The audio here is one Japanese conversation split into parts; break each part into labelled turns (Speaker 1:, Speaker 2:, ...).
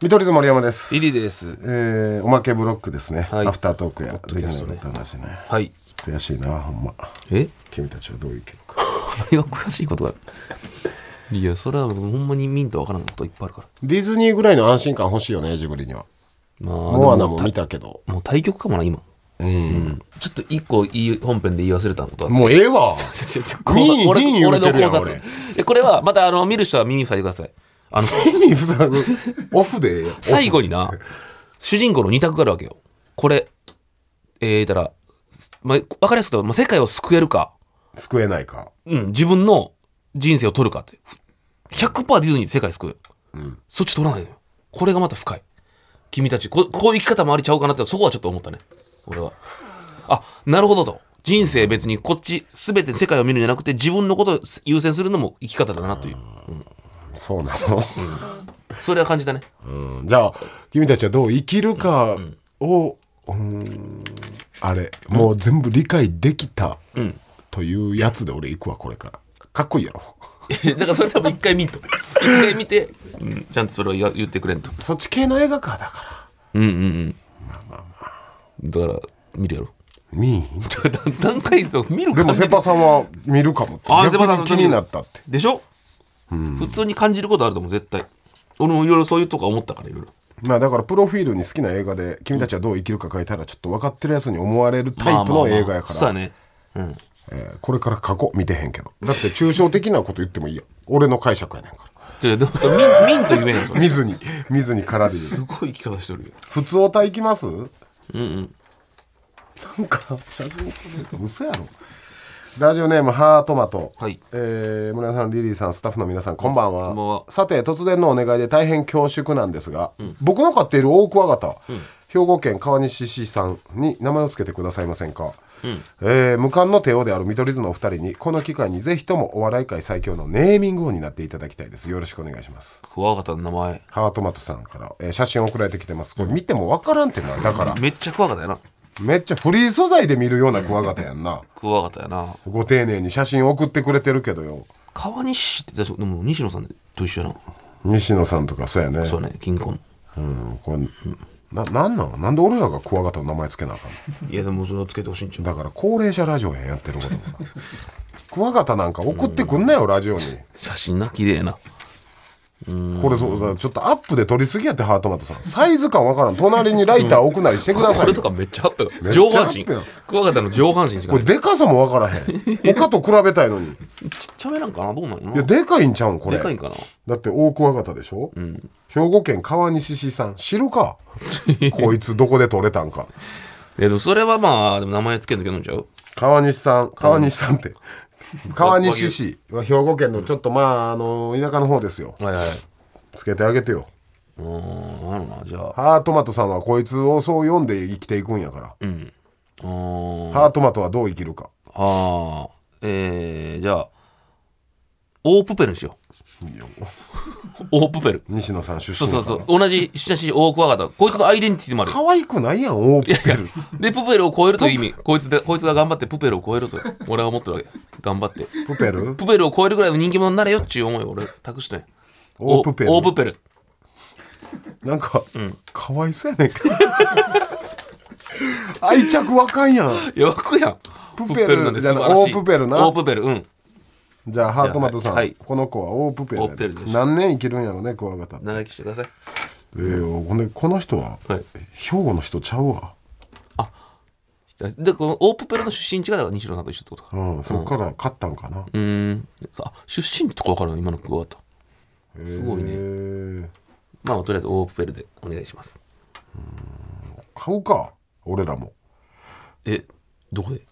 Speaker 1: 見取り図森山です。
Speaker 2: リリです。
Speaker 1: えー、おまけブロックですね。
Speaker 2: はい
Speaker 1: アフタートークやできな
Speaker 2: スト
Speaker 1: か
Speaker 2: ね
Speaker 1: った話ね。
Speaker 2: はい。
Speaker 1: 悔しいな、ほんま。
Speaker 2: え
Speaker 1: 君たちはどういう結果
Speaker 2: 何が悔しいことがあるいや、それはほんまにミントわからんこといっぱいあるから。
Speaker 1: ディズニーぐらいの安心感欲しいよね、ジブリには。
Speaker 2: まあ、
Speaker 1: モアナも
Speaker 2: でも
Speaker 1: 見たけど。
Speaker 2: たもう対局かもな、今。
Speaker 1: うん。
Speaker 2: ちょっと一個いい本編で言い忘れ たことある。
Speaker 1: もうええわ。
Speaker 2: ちょちょ
Speaker 1: ミン
Speaker 2: 考察
Speaker 1: ミン言うてるやん
Speaker 2: 俺の考察でこれは、また、あの、見る人は耳塞いでください。あの、
Speaker 1: 耳塞ぐ。オフでええよ。
Speaker 2: 最後にな、主人公の二択があるわけよ。これ、えー、言ったら、まあ、わかりやすく言うと、まあ、世界を救えるか、
Speaker 1: 救えないか。
Speaker 2: うん、自分の人生を取るかって。100%ディズニーで世界救う。
Speaker 1: ん
Speaker 2: そっち取らないのよ。これがまた深い。君たちこ、こういう生き方もありちゃうかなって、そこはちょっと思ったね。俺は。あ、なるほどと。人生別にこっち全て世界を見るんじゃなくて自分のことを優先するのも生き方だなという。
Speaker 1: そうなの。
Speaker 2: それは感じたね。
Speaker 1: うんじゃあ、君たちはどう生きるかを、うんあれ、もう全部理解できた
Speaker 2: ん
Speaker 1: というやつで俺行くわ、これから。かっこいいやろ。
Speaker 2: だからそれ多分一回見んと。一回見て、うんちゃんとそれを言言ってくれんと。
Speaker 1: そっち系の映画かだか
Speaker 2: うんうんうん。だから、見るやろ。
Speaker 1: ら見いひん
Speaker 2: 何回と見る
Speaker 1: で
Speaker 2: 感
Speaker 1: も
Speaker 2: じ
Speaker 1: セパさんは見るかもって
Speaker 2: あー
Speaker 1: 逆に
Speaker 2: セパさ
Speaker 1: 気
Speaker 2: ん
Speaker 1: になったって
Speaker 2: でしょ普通に感じることあると思う、絶対。俺もいろいろそういうとこ思ったから、いろいろ。
Speaker 1: まあだからプロフィールに好きな映画で君たちはどう生きるか書いたらちょっと分かってるやつに思われるタイプの映画やか
Speaker 2: そうや
Speaker 1: ら
Speaker 2: ね。うん。
Speaker 1: えーこれから過去見てへんけどだって抽象的なこと言ってもいいや俺の解釈やねんか
Speaker 2: じゃあ、でもそれ、ミン、ミンと言えへんそ
Speaker 1: ら
Speaker 2: れ
Speaker 1: 見ずに見ずに空で言う
Speaker 2: すごい生き方してるよ。
Speaker 1: 普通おたいきます
Speaker 2: うんうん。
Speaker 1: なんか写真撮れて嘘やろラジオネームハートマト、
Speaker 2: はい
Speaker 1: えー村田さんリリーさんスタッフの皆さんこんばんは
Speaker 2: こんばんは
Speaker 1: さて突然のお願いで大変恐縮なんですが、僕の飼っているオオクワガタ、兵庫県川西市さんに名前を付けてくださいませんか、えー無冠の帝王である見取り図のお二人にこの機会にぜひともお笑い界最強のネーミング王になっていただきたいですよろしくお願いします
Speaker 2: クワガタの名前。
Speaker 1: ハートマトさんから、えー写真送られてきてますこれ見てもわからんってなだから
Speaker 2: めっちゃクワガタやな。
Speaker 1: めっちゃフリー素材で見るようなクワガタやんな
Speaker 2: クワガタやな。
Speaker 1: ご丁寧に写真送ってくれてるけどよ
Speaker 2: 川西市って確か、でも西野さんと一緒やな。
Speaker 1: 西野さんとかそうやね
Speaker 2: そうやね、金庫の。
Speaker 1: うんこれななんなんなんで俺らがクワガタの名前つけなあかんの
Speaker 2: いや、でもそれをつけてほしいんちゃう
Speaker 1: だから高齢者ラジオやんやってること クワガタなんか送ってくんなよラジオに
Speaker 2: 写真な、綺麗な。
Speaker 1: これそうだちょっとアップで撮りすぎやってハートマトさんサイズ感わからん隣にライター置くなりしてくださ
Speaker 2: こ
Speaker 1: い
Speaker 2: れ
Speaker 1: よ
Speaker 2: とかめっちゃあったよ
Speaker 1: め。っちゃ
Speaker 2: 上
Speaker 1: ア
Speaker 2: 半
Speaker 1: ッ
Speaker 2: 身。
Speaker 1: プやん
Speaker 2: クワガタの上半身しか
Speaker 1: こ
Speaker 2: ない
Speaker 1: れ。でかさもわからへん他と比べたいのに
Speaker 2: ちっちゃめなんかなどうなんやろ
Speaker 1: いや
Speaker 2: な
Speaker 1: でかいんちゃうんこれ
Speaker 2: でかいんかな
Speaker 1: だって大クワガタでしょ、兵庫県川西市さん知るかこいつどこで取れたんか
Speaker 2: えっと、それはまあ、でも名前つけんとき飲んちゃう
Speaker 1: 川西さん川西さんって川西市は兵庫県のちょっとまああの田舎の方ですよ
Speaker 2: はいはい。
Speaker 1: つけてあげてよ
Speaker 2: うーん、なるな、じゃあ。
Speaker 1: ハートマトさんはこいつをそう読んで生きていくんやから、
Speaker 2: うん。うーん。
Speaker 1: ハートマトはどう生きるか
Speaker 2: ああ。えー、じゃあ、オープペルにしよ
Speaker 1: いいよ
Speaker 2: う。オープペル。
Speaker 1: 西野さん出
Speaker 2: そう
Speaker 1: 身
Speaker 2: そ
Speaker 1: や
Speaker 2: う
Speaker 1: から
Speaker 2: そう。同じ、親しい大クワガタ。こいつのアイデンティティもある。
Speaker 1: 可愛くないやんオープペル
Speaker 2: で、プペルを超えるという意味。こいつで、こいつが頑張ってプペルを超えると、俺は思ってるわけ。頑張って。
Speaker 1: プペル
Speaker 2: プペルを超えるぐらいの人気者になれよっちゅう思いを俺、託してん。
Speaker 1: オープペル
Speaker 2: オープペル。
Speaker 1: なんか、かわいそうやねんけど愛着わかんやん
Speaker 2: よくやん。
Speaker 1: プペル
Speaker 2: なんて素晴らしい
Speaker 1: じゃないオープペルな
Speaker 2: オープペル、うん。
Speaker 1: じゃあハートマトさん、
Speaker 2: はい
Speaker 1: この子はオープペルやで
Speaker 2: オープペルです
Speaker 1: 何年生きるんやろねクワガタ
Speaker 2: 長生きしてください。
Speaker 1: えー、ほんでこの人は、
Speaker 2: はい
Speaker 1: 兵庫の人ちゃうわ、
Speaker 2: で、このオープペルの出身地がだから西野さんと一緒ってことか。
Speaker 1: うん、そっから勝ったんかな、
Speaker 2: うーん。さあ、出身地とかわかるの今のクワガタ。
Speaker 1: す
Speaker 2: ごいね
Speaker 1: ね
Speaker 2: まあ、とりあえずオープペルでお願いします。
Speaker 1: 買うか俺らも
Speaker 2: え、どこで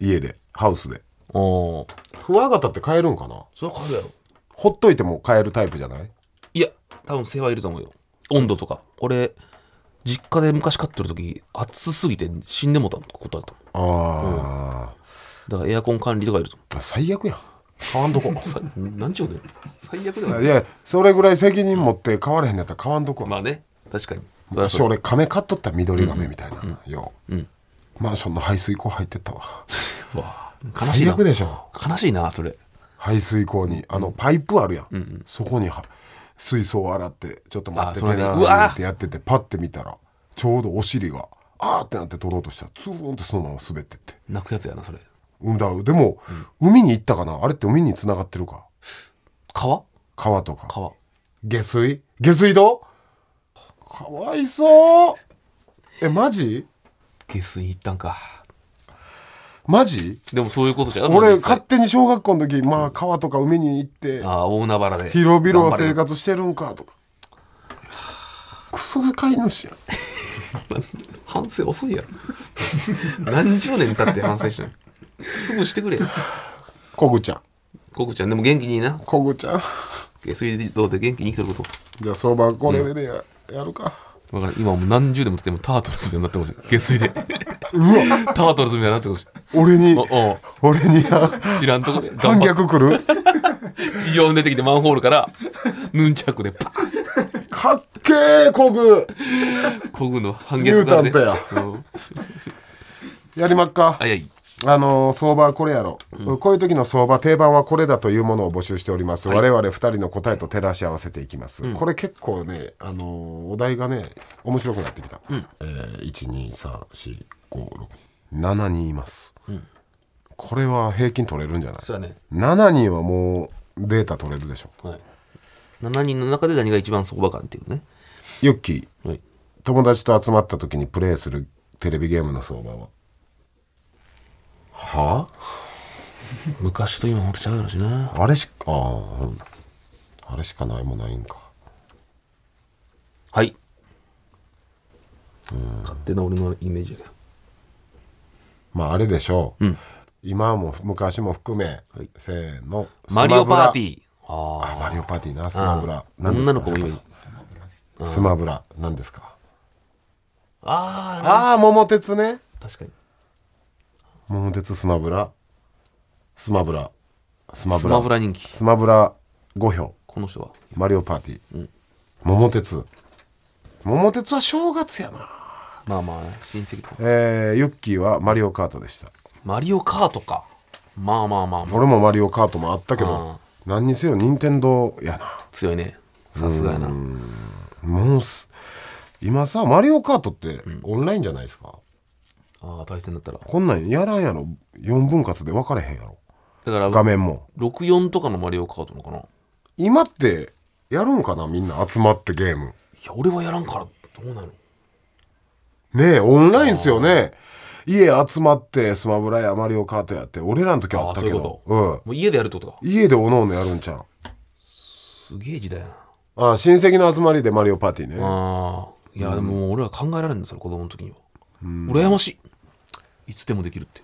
Speaker 1: 家でハウスで
Speaker 2: おお。
Speaker 1: クワガタって買えるんかな
Speaker 2: それは買うやろ。
Speaker 1: ほっといても買えるタイプじゃない
Speaker 2: いや、多分世話いると思うよ。温度とか。俺、実家で昔飼ってる時、暑すぎて死んでもたことあると思
Speaker 1: あ
Speaker 2: う。だからエアコン管理とかいると思
Speaker 1: ー、最悪やん買わんとこ
Speaker 2: う。さなんちゅうことや最悪だよ。
Speaker 1: いやそれぐらい責任持って買われへんやったら買わんとこ、
Speaker 2: まあね、確かに。それは
Speaker 1: 昔
Speaker 2: そう
Speaker 1: 俺亀買っとった緑亀みたいな、よう、
Speaker 2: うん
Speaker 1: マンションの排水溝入ってったわ
Speaker 2: ですわ悲し
Speaker 1: 最
Speaker 2: いな
Speaker 1: 悪。でしょ
Speaker 2: 悲しいな、それ。
Speaker 1: 排水溝にあのパイプあるやん、そこには水槽を洗ってちょっと待って
Speaker 2: あそれ
Speaker 1: ペ
Speaker 2: ね
Speaker 1: ナー
Speaker 2: うわ
Speaker 1: ってやっててパッて見たらちょうどお尻があーってなって取ろうとしたらツーンってそのまま滑ってって
Speaker 2: 泣くやつやなそれ
Speaker 1: うんだでも、海に行ったかなあれって海に繋がってるか
Speaker 2: 川
Speaker 1: 川とか
Speaker 2: 川
Speaker 1: 下水下水道かわいそうえマジ
Speaker 2: 下水に行ったんか
Speaker 1: マジ
Speaker 2: でもそういうことじゃん
Speaker 1: 俺
Speaker 2: 実際
Speaker 1: 勝手に小学校の時まあ川とか海に行って
Speaker 2: ああ大海原で
Speaker 1: 広々生
Speaker 2: 頑張
Speaker 1: 活してるんかとかクソ飼い主やん
Speaker 2: れ反省遅いやろ 何十年経って反省しないすぐしてくれ
Speaker 1: コグちゃん
Speaker 2: コクちゃんでも元気にいいな
Speaker 1: コグちゃん
Speaker 2: 下水道で元気に生きてるこ
Speaker 1: じゃあ相場これでや,、やるか
Speaker 2: とだからん今もう何十年も経ってもタートルズみたいになってほしい下水で
Speaker 1: うわ
Speaker 2: タートルズみたいになってほしい
Speaker 1: 俺に
Speaker 2: おお
Speaker 1: 俺にや
Speaker 2: 知らんとこで
Speaker 1: 反
Speaker 2: 頑張っ
Speaker 1: 逆来る
Speaker 2: て地上に出てきてマンホールからヌンチャクでパーン
Speaker 1: かっけえコグ
Speaker 2: こぐの反逆がね
Speaker 1: ニュー
Speaker 2: うん
Speaker 1: やりまっか
Speaker 2: あいやいい
Speaker 1: あのー相場はこれやろ、こういう時の相場定番はこれだというものを募集しております、我々2人の答えと照らし合わせていきます、これ結構ね、あのーお題がね面白くなってきた、えー、1234567人います、これは平均取れるんじゃない
Speaker 2: そうやね
Speaker 1: 7人はもうデータ取れるでしょ
Speaker 2: はい7人の中で何が一番相場感っていうね
Speaker 1: ユッキー
Speaker 2: はい
Speaker 1: 友達と集まった時にプレイするテレビゲームの相場ははあ
Speaker 2: 昔と今ほんとちゃうやろしな
Speaker 1: あれしかあーうんあれしかないもないんか
Speaker 2: はい。勝手な俺のイメージだけど。
Speaker 1: まああれでしょう、
Speaker 2: うん
Speaker 1: 今も昔も含め、
Speaker 2: い
Speaker 1: せーの
Speaker 2: マリオパーテ
Speaker 1: ィー
Speaker 2: ィー。あ
Speaker 1: マリオパーティーなス
Speaker 2: あ。
Speaker 1: マブラ何です
Speaker 2: 女
Speaker 1: か
Speaker 2: の子もいる。
Speaker 1: スマブラ何ですか
Speaker 2: ああ、
Speaker 1: ああ桃鉄ね
Speaker 2: 確かに。
Speaker 1: 桃鉄スマブラスマブラスマ
Speaker 2: ス
Speaker 1: ブラ
Speaker 2: マブラ人気。
Speaker 1: スマブラ5票
Speaker 2: この人は。
Speaker 1: マリオパーティー、桃鉄桃鉄は正月やな
Speaker 2: まあまあ、親戚とか。
Speaker 1: えー、ユッキーはマリオカートでした
Speaker 2: マリオカートか。まあまあまあまあ、
Speaker 1: 俺もマリオカートもあったけど
Speaker 2: あ
Speaker 1: 何にせよ任天堂やな
Speaker 2: 強いね。さすがやな。
Speaker 1: もうす今さマリオカートってオンラインじゃないですか、
Speaker 2: ああ、対戦だったら。
Speaker 1: こんなんやらんやろ4分割で分かれへんやろ
Speaker 2: だから、
Speaker 1: 画面も
Speaker 2: 64とかのマリオカートなのかな。い
Speaker 1: 今ってやるんかなみんな集まってゲーム
Speaker 2: や、俺はやらんから、どうなの
Speaker 1: ねえオンラインっすよね家集まってスマブラやマリオカートやって俺らの時はあったけ
Speaker 2: あー
Speaker 1: ど
Speaker 2: そう
Speaker 1: うん
Speaker 2: もう家でやるってことか。
Speaker 1: 家でおのおのやるんちゃう
Speaker 2: すげえ時代やな。
Speaker 1: ああ親戚の集まりでマリオパーティーね
Speaker 2: ああいやでももう俺は考えられんのそれ子供の時には、羨ましいいつでもできるって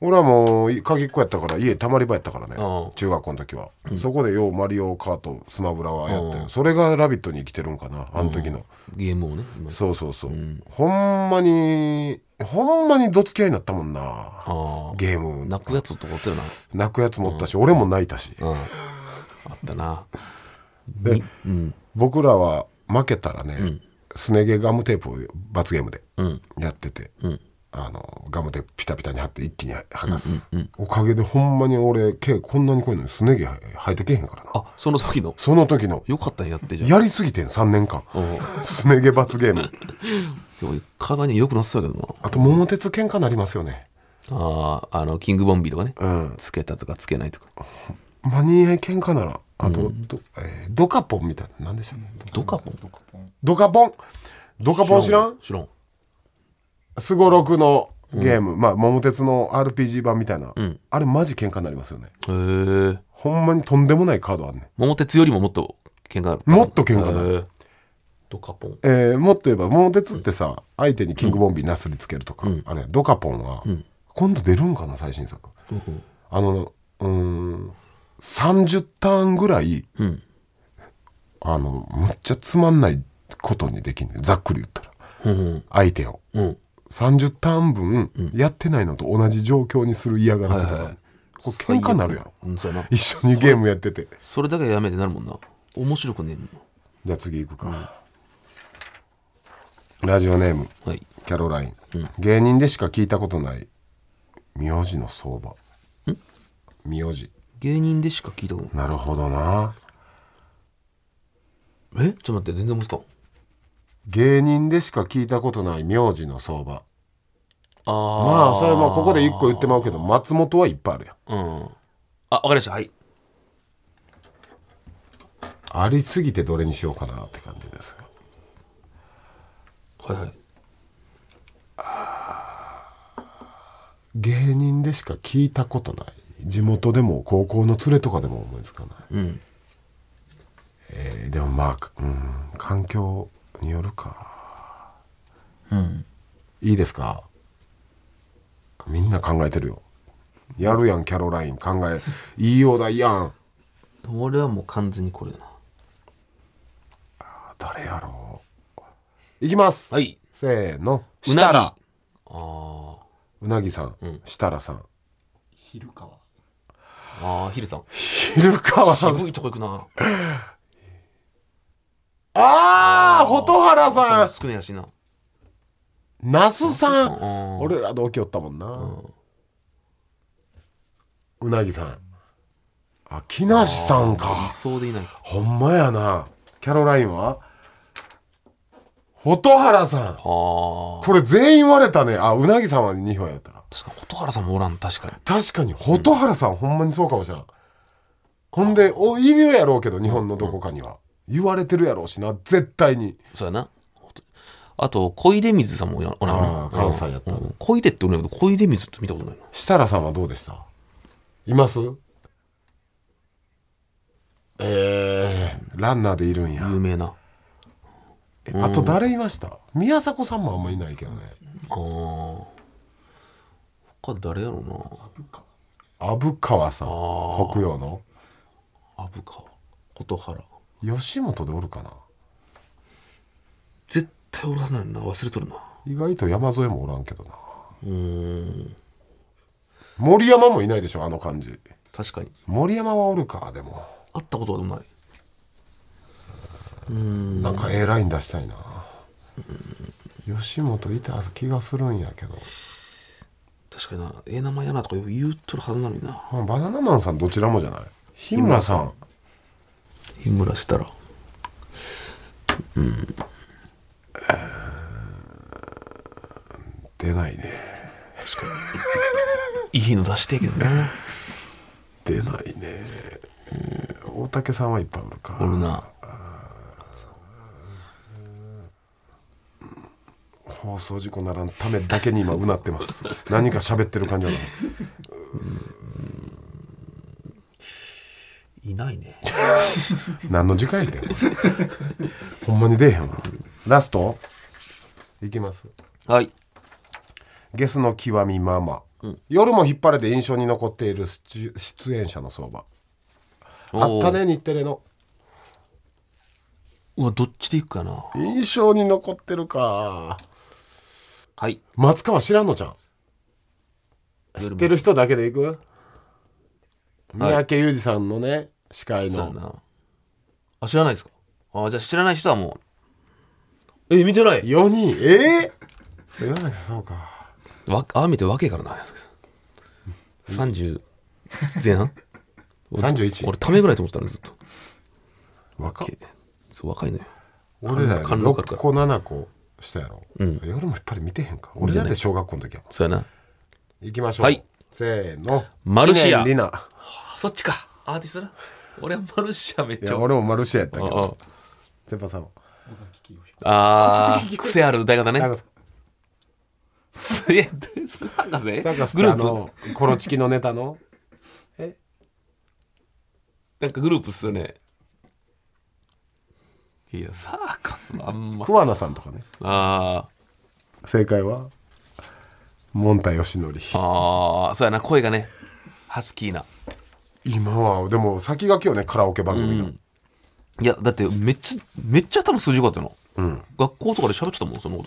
Speaker 1: 俺はもう鍵っ子やったから家たまり場やったからね
Speaker 2: ああ
Speaker 1: 中学校の時は、そこでようマリオカートスマブラはやって
Speaker 2: うん
Speaker 1: それが「ラビット!」に生きてるんかなあの時の、
Speaker 2: ゲームをね今
Speaker 1: そうそうそう、ほんまにほんまにどつき合いになったもんな
Speaker 2: あ
Speaker 1: ゲーム
Speaker 2: あ泣くやつとかおったよな
Speaker 1: 泣くやつもおったし、俺も泣いたし、
Speaker 2: うんあったな
Speaker 1: で
Speaker 2: うん
Speaker 1: 僕らは負けたらね、
Speaker 2: ん
Speaker 1: すね毛ガムテープを罰ゲームで
Speaker 2: うん
Speaker 1: やってて、
Speaker 2: うん
Speaker 1: あのガムテープピタピタに貼って一気に剥がす、おかげでほんまに俺毛こんなに濃いのにすね毛生えてけへんからな
Speaker 2: あその時の
Speaker 1: その時の
Speaker 2: よかったんやってじゃん
Speaker 1: やりすぎてん3年間
Speaker 2: うん
Speaker 1: すね毛罰ゲーム
Speaker 2: すごい体によくなさそうやけどな
Speaker 1: あと桃鉄喧嘩なりますよね
Speaker 2: あああのキングボンビーとかね
Speaker 1: うん
Speaker 2: つけたとかつけないとか
Speaker 1: マニア喧嘩ならあと、どえードカポンみたいな何でしたっけ
Speaker 2: ドカポン
Speaker 1: ドカポンドカポン知らん
Speaker 2: 知らん
Speaker 1: すごろくのゲーム、まあ桃鉄の RPG 版みたいな、
Speaker 2: ん
Speaker 1: あれマジ喧嘩なりますよね
Speaker 2: へえ
Speaker 1: ほんまにとんでもないカードあんねん
Speaker 2: 桃鉄よりももっと喧嘩ある
Speaker 1: もっと喧嘩だ
Speaker 2: へえドカポン
Speaker 1: えーもっと言えば桃鉄ってさ、相手にキングボンビーなすりつけるとか、
Speaker 2: うん
Speaker 1: あれドカポンは、
Speaker 2: ん
Speaker 1: 今度出るんかな最新作
Speaker 2: うん
Speaker 1: あのうーん30ターンぐらい
Speaker 2: うん
Speaker 1: あのむっちゃつまんないことにできんねんざっくり言ったら
Speaker 2: うん
Speaker 1: 相手を
Speaker 2: うん
Speaker 1: 30ターン分やってないのと同じ状況にする嫌がらせとか、
Speaker 2: はいはい
Speaker 1: これ喧嘩になるやろ
Speaker 2: うん、そうやな。
Speaker 1: 一緒にゲームやってて
Speaker 2: それだけはやめてなるもんな。面白くねえもん
Speaker 1: じゃあ次行くか、ラジオネーム
Speaker 2: はい。
Speaker 1: キャロライン、芸人でしか聞いたことない名字の相場名字
Speaker 2: 芸人でしか聞いたことない。
Speaker 1: なるほどな
Speaker 2: えちょっと待って全然思いつかん
Speaker 1: 芸人でしか聞いたことない名字の相場
Speaker 2: あ
Speaker 1: まあそれはまあここで一個言ってまうけど松本はいっぱいあるやん
Speaker 2: あうんあわかりましたはい
Speaker 1: ありすぎてどれにしようかなって感じです
Speaker 2: はいはい
Speaker 1: 芸人でしか聞いたことない地元でも高校の連れとかでも思いつかない、
Speaker 2: うん
Speaker 1: えーでもまあ、うん、環境によるか
Speaker 3: うん
Speaker 1: いいですかみんな考えてるよやるやんキャロライン考えいいようだいやん
Speaker 2: 俺はもう完全にこれだな
Speaker 1: 誰やろういきます、
Speaker 2: はい
Speaker 1: せーの
Speaker 2: うなぎ
Speaker 1: 設楽
Speaker 2: あ
Speaker 1: うなぎさん、
Speaker 2: ん
Speaker 1: 設楽さん
Speaker 3: 昼川
Speaker 2: ーあーヒルさん
Speaker 1: 昼川さん
Speaker 2: 渋いとこ行くな
Speaker 1: ああ蛍原さん
Speaker 2: 少ねやしな
Speaker 1: 那須さ
Speaker 2: うんん
Speaker 1: 俺ら同期おったもんなうなぎさんあ木梨さん
Speaker 2: い
Speaker 1: か
Speaker 2: そうでいないか
Speaker 1: ほんまやなキャロラインは蛍原さん
Speaker 2: ああ
Speaker 1: これ全員割れたねあうなぎさんは2票やったら
Speaker 2: 確かに蛍原さんもおらん確かに
Speaker 1: 確かに蛍原さんほんまにそうかもしれんほんでおいるやろうけど日本のどこかには言われてるやろうしな絶対に
Speaker 2: そうやなあと小出水さんもおらんおらん
Speaker 1: あー関西やったね
Speaker 2: うん小出っておるんやけど小出水って見たことないな
Speaker 1: 設楽さんはどうでしたいますえー、ランナーでいるんや
Speaker 2: 有名な
Speaker 1: えあと誰いました宮迫さんもあんまいないけどね
Speaker 2: あー他誰やろうな
Speaker 1: 虻川さん北陽の
Speaker 2: 虻川蛍原
Speaker 1: 吉本でおるかな
Speaker 2: 絶対おるはずないな忘れとるな
Speaker 1: 意外と山添もおらんけどな
Speaker 2: うーん
Speaker 1: 森山もいないでしょあの感じ
Speaker 2: 確かに
Speaker 1: 森山はおるかでも
Speaker 2: 会ったことはでもない
Speaker 1: なんか A ライン出したいな吉本いた気がするんやけど、
Speaker 2: 確かになええ名前やなとかよく言うとるはずなのにな
Speaker 1: まあ、バナナマンさんどちらもじゃない日村さん
Speaker 2: 日村したら
Speaker 1: 出ないね
Speaker 2: いいの出してえけどね
Speaker 1: 出ないね大竹さんはいっぱいおるか
Speaker 2: おるな
Speaker 1: 放送事故ならんためだけに今うなってます何か喋ってる感じはない
Speaker 2: いないね
Speaker 1: 何の時間やねんほんまに出えへんわラストいきます
Speaker 2: はい
Speaker 1: ゲスの極みママ、夜も引っ張れて印象に残っている出出演者の相場あったね日テレの
Speaker 2: おーうわどっちでいくかな
Speaker 1: 印象に残ってるか
Speaker 2: はい
Speaker 1: 松川知らんのちゃん知ってる人だけでいく三宅裕二さんのね司会
Speaker 2: そうや
Speaker 1: の
Speaker 2: なあ知らないですかあじゃあ知らない人はもうえ見てない
Speaker 1: 4人ええ岩崎さんそうか
Speaker 2: わああ見て若いからな30前半
Speaker 1: 31
Speaker 2: 俺ためぐらいと思ってたのずっ と
Speaker 1: 若っ
Speaker 2: そう若いのよ
Speaker 1: 俺らより
Speaker 2: 貫禄ある
Speaker 1: 6
Speaker 2: から
Speaker 1: 個7個したやろ、
Speaker 2: うん
Speaker 1: 夜もやっぱり見てへんか俺だって小学校の時やも
Speaker 2: そうやなん
Speaker 1: 行きましょう、
Speaker 2: はい
Speaker 1: せーの
Speaker 2: マルシア
Speaker 1: 知念里奈
Speaker 2: あそっちかアーティストな俺はマルシアめっ
Speaker 1: い
Speaker 2: ちゃ
Speaker 1: や俺もマルシアやったけど
Speaker 2: あ
Speaker 1: 先輩さんは
Speaker 2: あー癖ある歌い方ね
Speaker 1: なん か
Speaker 2: すげえす博士
Speaker 1: サーカス
Speaker 2: グ
Speaker 1: って
Speaker 2: ル
Speaker 1: あ
Speaker 2: ープ
Speaker 1: のコロチキのネタの
Speaker 2: なんかグループっすよねいやサーカスはあんま
Speaker 1: 桑名さんとかね
Speaker 2: あ
Speaker 1: 正解はモンタヨシノリ
Speaker 2: ーあーそうやな声がねハスキーな
Speaker 1: 今はでも先駆けよねカラオケ番組の、
Speaker 2: いやだってめっちゃめっちゃ多分数字よかったの、
Speaker 1: ん
Speaker 2: 学校とかで喋ってたもんそのこ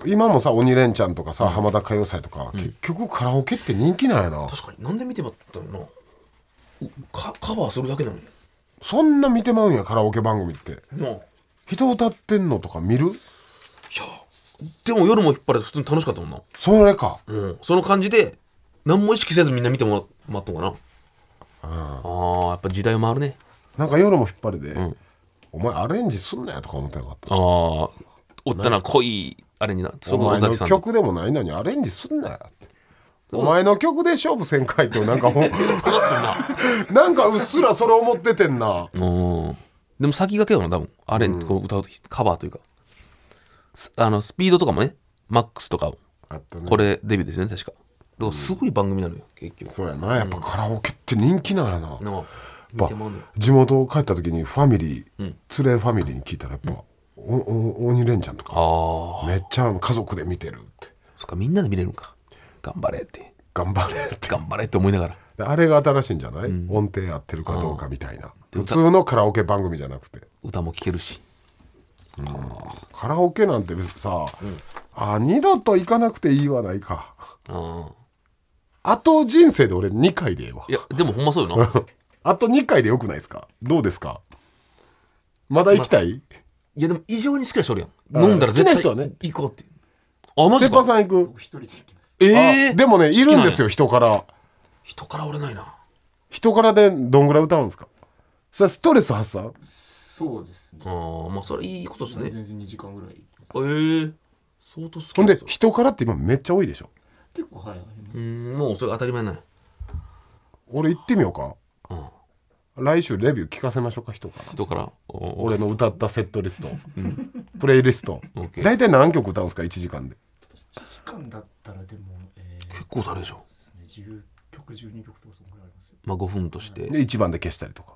Speaker 2: と
Speaker 1: 今もさ鬼レンチャンとかさ浜田歌謡祭とか、結局カラオケって人気なんやな
Speaker 2: 確かになんで見てまったのなかカバーするだけなのに
Speaker 1: そんな見てまうんやカラオケ番組って
Speaker 2: なあいや
Speaker 1: 人歌ってんのとか見る
Speaker 2: でも夜も引っ張れて普通に楽しかったもんな、
Speaker 1: それか
Speaker 2: うん、その感じで何も意識せずみんな見てもらまっとうかな、ああやっぱ時代を回るね
Speaker 1: なんか夜も引っ張りで、お前アレンジすんなやとか思ってなかった
Speaker 2: ああおったな濃いあれになそ
Speaker 1: お
Speaker 2: う尾
Speaker 1: 前の
Speaker 2: 崎さんと
Speaker 1: 曲でもないのにアレンジすんなやってお前の曲で勝負せんかいってなんかほん なんかうっすらそれ思っててんな
Speaker 2: うんでも先駆けよな多分あれ、こう歌う時カバーというかすあのスピードとかもねマックスとか
Speaker 1: あったね
Speaker 2: これデビューですよね確かだからすごい番組なのよ結局
Speaker 1: そうやなやっぱカラオケって人気なんやな、
Speaker 2: なあ見
Speaker 1: やって
Speaker 2: もらうのよ
Speaker 1: ぱ地元帰った時にファミリー、連れファミリーに聞いたらやっぱ、おお鬼レンチャンとか
Speaker 2: ああ
Speaker 1: めっちゃ家族で見てるって
Speaker 2: そっかみんなで見れるんか頑張れって
Speaker 1: 頑張れって
Speaker 2: 頑張れって思いながら
Speaker 1: であれが新しいんじゃない、音程合ってるかどうかみたいな普通のカラオケ番組じゃなくて
Speaker 2: 歌も聴けるし
Speaker 1: カラオケなんてさ、あ二度と行かなくていいわないか
Speaker 2: うん
Speaker 1: あと人生で俺2回でええわ
Speaker 2: いやでもほんまそうよない
Speaker 1: あと2回でよくないですかどうですかまだ行きたい、
Speaker 2: やでも異常に好きな人おるや
Speaker 1: あ
Speaker 2: ん飲んだら絶対
Speaker 1: 好きな人はね
Speaker 2: 行こうってあマ
Speaker 1: セ
Speaker 2: ジ
Speaker 1: ッパ
Speaker 2: か
Speaker 1: さん行く
Speaker 3: 僕一人で行きます。
Speaker 2: え
Speaker 1: あ
Speaker 2: え
Speaker 1: でもねいるんです
Speaker 2: よ
Speaker 1: よ人から
Speaker 2: 人から俺ないな
Speaker 1: 人からでどんぐらい歌うんですかそれはストレス発散
Speaker 3: そうですね。
Speaker 2: ああまあそれいいことですね
Speaker 3: 全然2時間ぐらい行きます。
Speaker 2: ええ相当好き
Speaker 1: ほんで人からって今めっちゃ多いでしょ
Speaker 3: 結構はいありま
Speaker 2: う
Speaker 3: す。
Speaker 2: んもうそれ当たり前ない
Speaker 1: 俺行ってみようか、来週レビュー聞かせましょうか人から
Speaker 2: 人からお
Speaker 1: 俺の歌ったセットリスト、プレイリスト
Speaker 2: オッケー
Speaker 1: 大体何曲歌うんですか1時間で
Speaker 3: 1時間だったらでも、えー、
Speaker 2: 結構だれでしょ
Speaker 3: ですね、10曲、12曲とかそんぐらいありますよ。
Speaker 2: まあ5分として
Speaker 1: で1番で消したりとか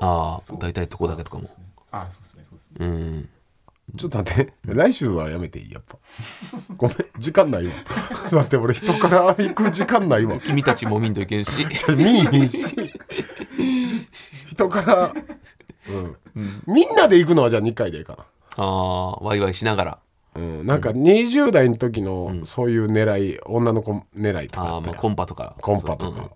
Speaker 2: ああ大体とこだけとかも
Speaker 3: そうですねあ、そうですね、そうですね。
Speaker 2: うん
Speaker 1: ちょっと待って、来週はやめていいやっぱ ごめん時間ないわ だって俺人から行く時間ないわ
Speaker 2: 君たちも見んといけんし
Speaker 1: 見いひん し人から、うん、みんなで行くのはじゃあ2回でいいか
Speaker 2: ああワイワイしながら
Speaker 1: な、うん、なんか20代の時のそういう狙い、女の子狙いとか
Speaker 2: あ
Speaker 1: あ
Speaker 2: あ
Speaker 1: った
Speaker 2: まあ
Speaker 1: やん
Speaker 2: コンパとか
Speaker 1: コンパと
Speaker 2: そううん
Speaker 1: か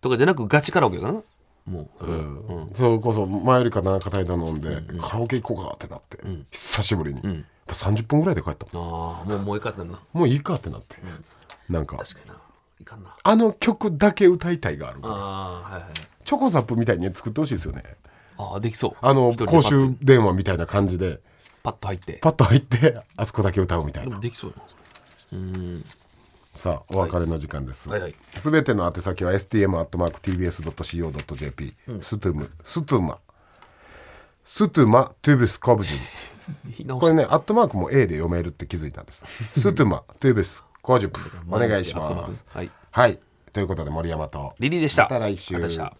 Speaker 2: とかじゃなくガチカラオケかなもう、
Speaker 1: うんそれこそ前よりかなんか態度飲んで、カラオケ行こうかってなって、久しぶりに、やっぱ30分ぐらいで帰ったも
Speaker 2: ああもうもういかってなるなん
Speaker 1: もういいかってなって、なんか
Speaker 2: 確かにないかんな
Speaker 1: あの曲だけ歌いたいがあるから
Speaker 2: ああはいはい
Speaker 1: チョコザップみたいに作ってほしいですよね
Speaker 2: ああできそう
Speaker 1: あの
Speaker 2: 一人で
Speaker 1: 公衆電話みたいな感じで
Speaker 2: パッとパッと入って
Speaker 1: パッと入ってあそこだけ歌うみたい
Speaker 2: で
Speaker 1: な
Speaker 2: もできそうよなそれ
Speaker 1: さあお別れの時間です、
Speaker 2: はいはい
Speaker 1: すべての宛先は stm.tbs.co.jp、ストゥムストゥマストゥマトゥブスコブジン
Speaker 2: 言い直
Speaker 1: こ
Speaker 2: し
Speaker 1: れねアットマークも A で読めるって気づいたん ですストゥマトゥブスコジュプお願いします
Speaker 2: はい
Speaker 1: はいということで森山と
Speaker 2: リリーでした
Speaker 1: また来週
Speaker 2: また明日